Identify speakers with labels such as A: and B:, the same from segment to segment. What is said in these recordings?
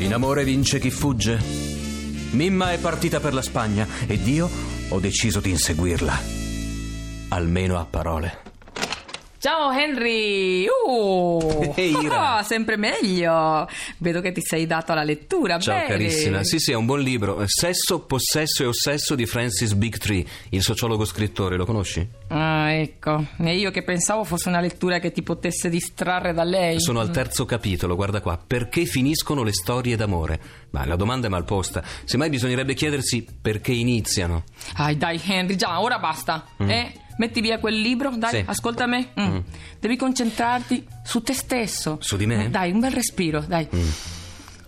A: In amore vince chi fugge. Mimma è partita per la Spagna ed io ho deciso di inseguirla. Almeno a parole.
B: Ciao Henry! Uh!
A: Ehi, Ira.
B: Ah, sempre meglio! Vedo che ti sei dato alla lettura.
A: Ciao
B: bene.
A: carissima. Sì, sì, è un buon libro. Eh, Sesso, possesso e ossesso di Francis Bigtree, il sociologo scrittore, lo conosci?
B: Ah, ecco. E io che pensavo fosse una lettura che ti potesse distrarre da lei.
A: Sono al terzo capitolo, guarda qua. Perché finiscono le storie d'amore? Ma la domanda è mal posta. Semmai bisognerebbe chiedersi perché iniziano.
B: Ai, dai Henry, già, ora basta. Eh? Metti via quel libro, dai,
A: Mm. Sì.
B: ascolta me. Mm. Devi concentrarti su te stesso. Eh,
A: Su di me? Mm.
B: Dai, un bel respiro, dai.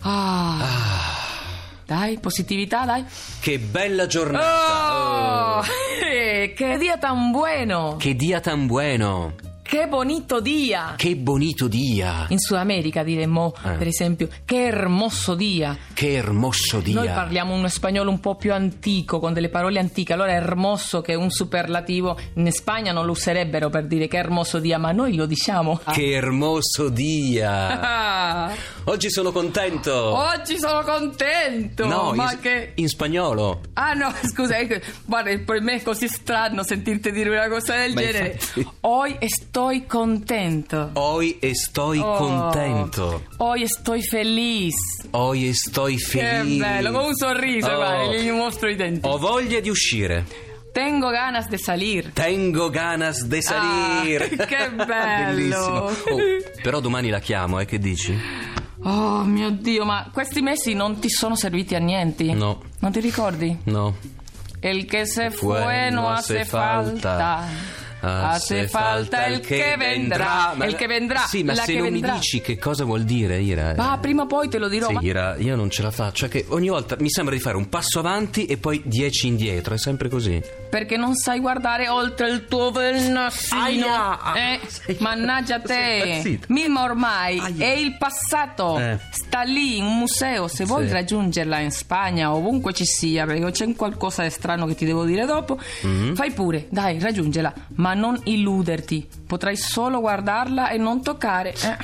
B: Ah. Dai, positività, dai.
A: Che bella giornata!
B: Oh! che dia tan bueno!
A: Che dia tan bueno!
B: Che bonito dia!
A: Che bonito dia!
B: In Sud America diremmo,
A: Eh.
B: per esempio, che hermoso dia.
A: Che hermoso dia!
B: Noi parliamo uno spagnolo un po' più antico, con delle parole antiche, allora hermoso che è un superlativo, in Spagna non lo userebbero per dire che hermoso dia, ma noi lo diciamo.
A: Ah. Che hermoso dia!
B: Ah,
A: Oggi sono contento!
B: oggi sono contento!
A: Oh. no,
B: ma
A: in,
B: che...
A: in spagnolo!
B: Ah no, scusa, ecco, guarda, per me è così strano sentirti dire una cosa del
A: Ma
B: genere.
A: infatti.
B: Hoy estoy contento.
A: Hoy estoy
B: Oh.
A: contento!
B: Hoy estoy feliz.
A: Hoy estoy felice!
B: Che bello, con un sorriso,
A: Oh.
B: guarda, gli mostro i denti.
A: Ho voglia di uscire!
B: Tengo ganas de salir.
A: Tengo ganas de salir.
B: Ah, che bello.
A: Bellissimo. Oh, però domani la chiamo, eh, che dici?
B: Oh mio Dio, ma questi mesi non ti sono serviti a niente.
A: No.
B: Non ti ricordi?
A: No.
B: El que se fue no hace falta. Hace falta el que vendrà.
A: Ma-
B: El que vendrà.
A: Sì, ma
B: la
A: se
B: che
A: non
B: vendrà.
A: mi dici che cosa vuol dire, Ira. eh,
B: Ma prima o poi te lo dirò. ma-
A: Sì, Ira, io non ce la faccio. È che ogni volta mi sembra di fare un passo avanti e poi dieci indietro. È sempre così.
B: Perché non sai guardare oltre il tuo bel nasino.
A: Aia.
B: Eh?
A: Sei-
B: Mannaggia
A: sei
B: te.
A: impazzito.
B: Mimma ormai
A: Aia.
B: è il passato.
A: Eh.
B: Sta lì in un museo. Se vuoi
A: Sì.
B: raggiungerla in Spagna, ovunque ci sia, perché c'è un qualcosa di strano che ti devo dire dopo, fai pure. Dai, raggiungela. Ma non illuderti. Potrai solo guardarla e non toccare. Eh.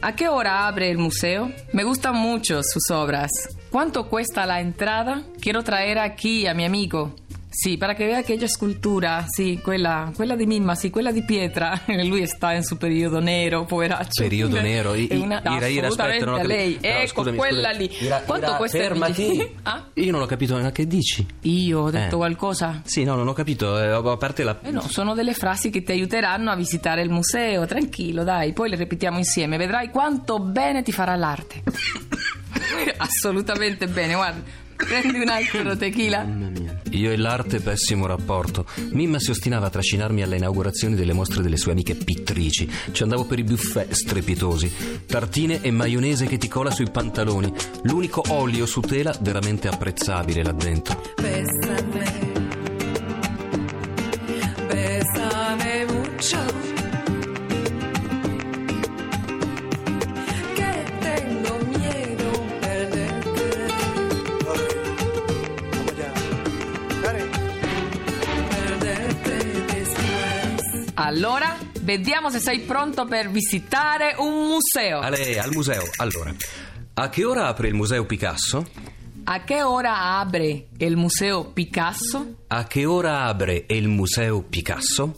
B: ¿A qué hora abre el museo? Me gustan mucho sus obras. ¿Cuánto cuesta la entrada? Quiero traer aquí a mi amigo. Sì, para che vea aquella scultura, sì, quella, quella di Mimma, sì, quella di pietra. Lui sta in suo periodo nero, poveraccio.
A: Periodo nero. I-
B: È una-
A: Ira, Ira, aspetta, non ho
B: assolutamente
A: capito.
B: lei.
A: No,
B: ecco,
A: Ah, scusami,
B: quella
A: scusami.
B: lì.
A: Ira,
B: Quanto
A: Ira,
B: questa
A: fermati.
B: Ah?
A: Io non ho capito, ma che dici?
B: Io ho detto
A: Eh.
B: qualcosa?
A: Sì, no, non ho capito. eh, a parte la.
B: Eh no, sono delle frasi che ti aiuteranno a visitare il museo, tranquillo, dai, poi le ripetiamo insieme, vedrai quanto bene ti farà l'arte. Assolutamente bene, guarda. Prendi un altro tequila.
A: Io e l'arte pessimo rapporto. Mimma si ostinava a trascinarmi alle inaugurazioni delle mostre delle sue amiche pittrici. Ci andavo per i buffet strepitosi, tartine e maionese che ti cola sui pantaloni, l'unico olio su tela veramente apprezzabile là dentro.
C: Bésame, bésame mucho. Que tengo miedo perderte. Perderte después.
B: Allora, vediamo se sei pronto per visitare un museo.
A: Ale, al museo, allora. A che ora apre il museo Picasso?
B: A che ora apre il museo Picasso?
A: A che ora apre il museo Picasso?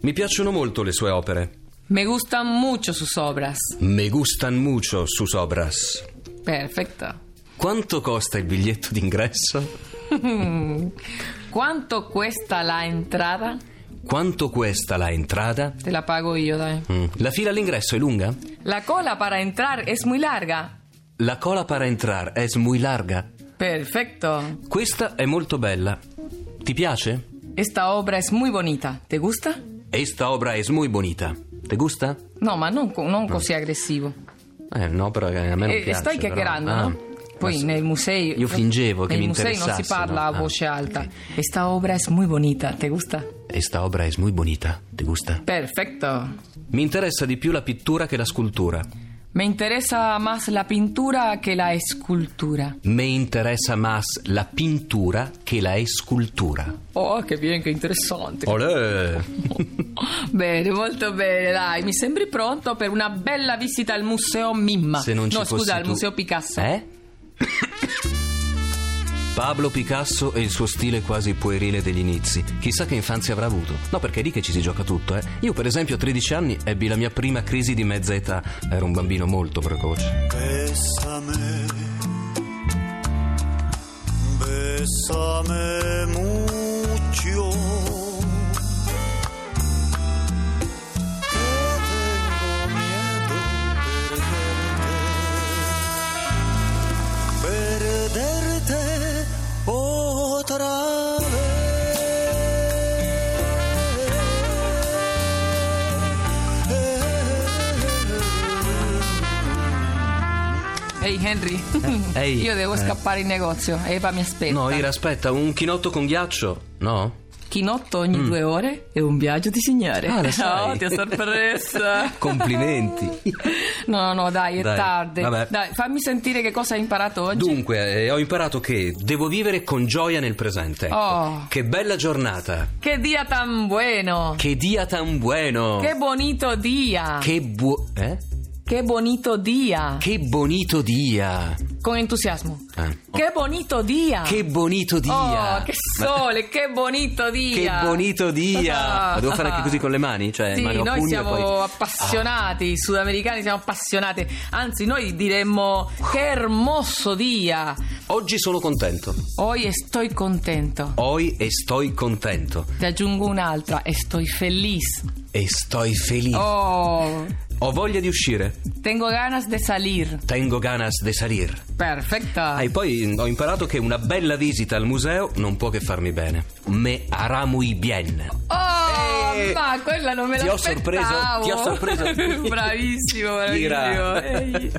A: Mi piacciono molto le sue opere.
B: Me gustan mucho sus obras.
A: Me gustan mucho sus obras.
B: Perfetto.
A: Quanto costa il biglietto d'ingresso?
B: Quanto questa la entrada?
A: Quanto questa la entrada?
B: Te la pago io, dai.
A: Mm. La fila all'ingresso è lunga?
B: La cola para entrar es muy larga.
A: La cola para entrar è muy larga.
B: Perfecto.
A: Questa è molto bella. Ti piace?
B: Esta obra es muy bonita. ¿Te gusta?
A: Esta obra es muy bonita. Te gusta?
B: No, ma non, co- non così aggressivo.
A: Eh no, però eh, a me non
B: Eh,
A: piace.
B: stai
A: però.
B: chiacchierando,
A: Ah.
B: no? Poi
A: Ma-
B: nei musei.
A: Io fingevo che
B: nei
A: mi
B: musei non si
A: interessasse,
B: parla
A: no?
B: a
A: Ah,
B: voce alta.
A: ok.
B: Esta obra es muy bonita, ¿te gusta?
A: Esta obra es muy bonita, ¿te gusta?
B: Perfecto.
A: Mi interessa di più la pittura che la scultura.
B: Me interesa más la pintura que la escultura.
A: Me interessa más la pintura che la escultura.
B: Oh, che bien, che interessante.
A: Olè!
B: Bene, molto bene, dai, mi sembri pronto per una bella visita al Museo Mimma.
A: Se non ci
B: no,
A: fossi
B: scusa, al
A: tu-
B: Museo Picasso.
A: Eh? Pablo Picasso e il suo stile quasi puerile degli inizi. Chissà che infanzia avrà avuto. No, perché è lì che ci si gioca tutto, eh. Io, per esempio, a 13 anni ebbi la mia prima crisi di mezza età. Ero un bambino molto precoce.
D: Bésame, bésame mucho. Que tengo miedo perderte, perderte otra vez.
B: Ehi Henry,
A: ehi,
B: io devo
A: eh.
B: scappare in negozio, Eva mi aspetta.
A: No, Ira, aspetta, un chinotto con ghiaccio? No?
B: Chinotto ogni due ore e un viaggio di signore.
A: Mm. Ah, lo sai.
B: Oh, ti ho sorpresa.
A: Complimenti.
B: No, no, dai, è
A: Dai,
B: tardi.
A: vabbè.
B: Dai, fammi sentire che cosa hai imparato oggi.
A: Dunque, eh, ho imparato che devo vivere con gioia nel presente. ecco.
B: Oh.
A: Che bella giornata.
B: che dia tan bueno.
A: Che dia tan bueno.
B: Che bonito dia.
A: Che buo... eh?
B: Che bonito dia.
A: Che bonito dia.
B: Con entusiasmo.
A: Eh.
B: Che bonito dia.
A: Che bonito dia.
B: Oh, che
A: Ma- eh,
B: sole, che bonito
A: Che
B: dia.
A: bonito dia.
B: Ah.
A: Ma devo fare anche così con le mani? Cioè,
B: Sì,
A: mano a
B: noi
A: pugno e
B: siamo
A: poi- Ah.
B: appassionati, i sudamericani siamo appassionati, anzi noi diremmo che hermoso dia.
A: Oggi sono contento.
B: Hoy estoy contento.
A: Hoy estoy contento.
B: Ti aggiungo un'altra, estoy feliz.
A: E sto felice.
B: Oh,
A: Ho voglia di uscire.
B: tengo ganas de salir.
A: Tengo ganas de salir.
B: Perfecta.
A: Ah, e poi ho imparato che una bella visita al museo non può che farmi bene. Me hará muy bien.
B: Oh,
A: Eh,
B: ma quella non me
A: ti
B: l'aspettavo.
A: ho sorpreso, ti ho sorpreso.
B: bravissimo, bravissimo.
A: Ira.
B: Ehi.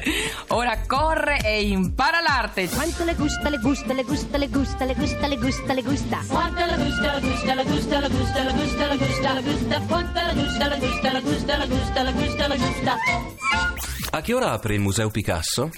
B: Ora corre e impara l'arte.
E: Quanto le gusta, le gusta, le gusta, le gusta, le gusta, le gusta, le gusta.
F: Quanta la gusta, la gusta, la gusta, la gusta, la gusta, la gusta, la gusta, quanta la gusta, la gusta, la gusta, la gusta, la gusta, la gusta.
A: A che ora apre il museo Picasso?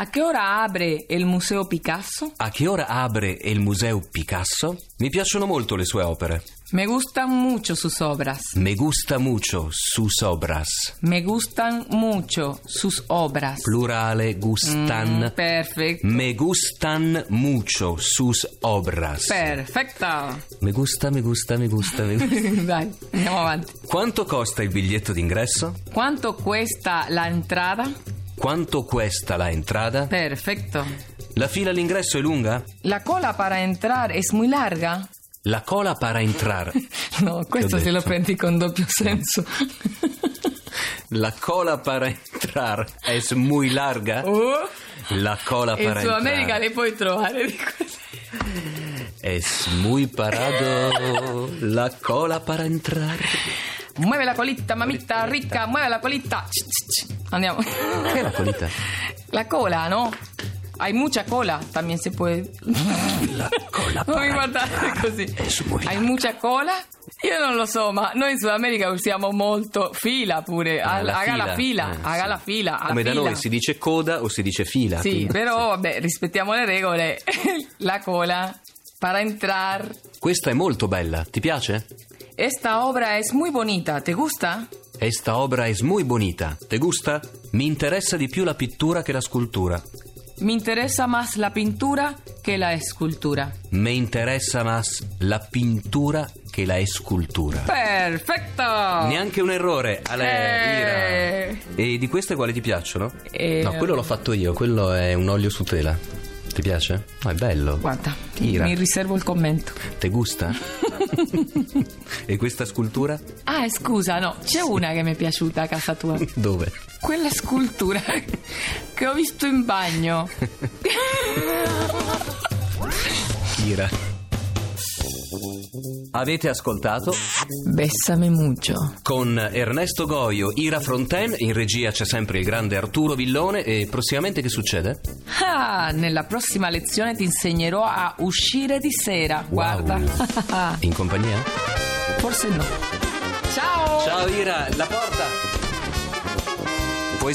B: A che ora apre il Museo Picasso?
A: A che ora apre il museo Picasso? Mi piacciono molto le sue opere.
B: Me gustan mucho sus obras.
A: Me gusta mucho sus obras.
B: Me gustan mucho sus obras. Mm,
A: Plurale gustan.
B: Perfecto.
A: Me gustan mucho sus obras.
B: Perfecta.
A: Me gusta, me gusta, me gusta, me gusta.
B: Dai, andiamo avanti.
A: Quanto costa il biglietto d'ingresso?
B: Quanto cuesta la entrada?
A: Quanto cuesta la entrada?
B: Perfecto.
A: La fila all'ingresso è lunga?
B: La cola para entrar es muy larga.
A: La cola para entrar.
B: No, questo se lo
A: detto.
B: prendi con doppio senso.
A: La cola para entrar es muy larga.
B: Oh,
A: La cola
B: in
A: para
B: Sud America
A: entrar
B: le puoi trovare di queste.
A: es muy parado. La cola para entrar.
B: Muove la colita, mamita ricca, muove la colita. Ch, ch, ch. Andiamo.
A: ¿Qué es la colita?
B: La cola, ¿no? Hay mucha cola, también se puede.
A: La cola
B: Non mi
A: para
B: guardate
A: entrar
B: così.
A: es muy
B: Hai
A: larga.
B: mucha cola? Io non lo so, ma noi in Sud America usiamo molto fila pure.
A: Ah,
B: Al- haga la fila,
A: eh,
B: haga
A: sì.
B: la fila. a
A: Come da
B: fila.
A: noi si dice coda o si dice fila.
B: Sì,
A: quindi-
B: però vabbè, rispettiamo le regole. la cola para entrar.
A: Questa è molto bella, ti piace?
B: Esta obra es muy bonita, ¿te gusta?
A: Esta obra es muy bonita. ¿Te gusta? Mi interessa di più la pittura che la scultura.
B: Me interesa más la pintura que la escultura.
A: Me interessa más la pintura che la escultura.
B: Perfecto.
A: Neanche un errore, Ale,
B: Ah. Eh.
A: Ira. E di queste quali ti piacciono?
B: Eh.
A: No, quello l'ho fatto io, quello è un olio su tela. Ti piace? No, è bello.
B: Guarda,
A: Ira.
B: mi riservo il commento.
A: Ti gusta? e questa scultura?
B: Ah, scusa, no, c'è una che mi è piaciuta a casa tua.
A: Dove?
B: Quella scultura che ho visto in bagno.
A: Ira. Avete ascoltato
G: Bessame mucho.
A: con Ernesto Goio, Ira Fronten, in regia c'è sempre il grande Arturo Villone e prossimamente che succede?
B: Ah, nella prossima lezione ti insegnerò a uscire di sera. Guarda.
A: In compagnia?
B: Forse no. Ciao!
A: Ciao Ira, la porta! Puoi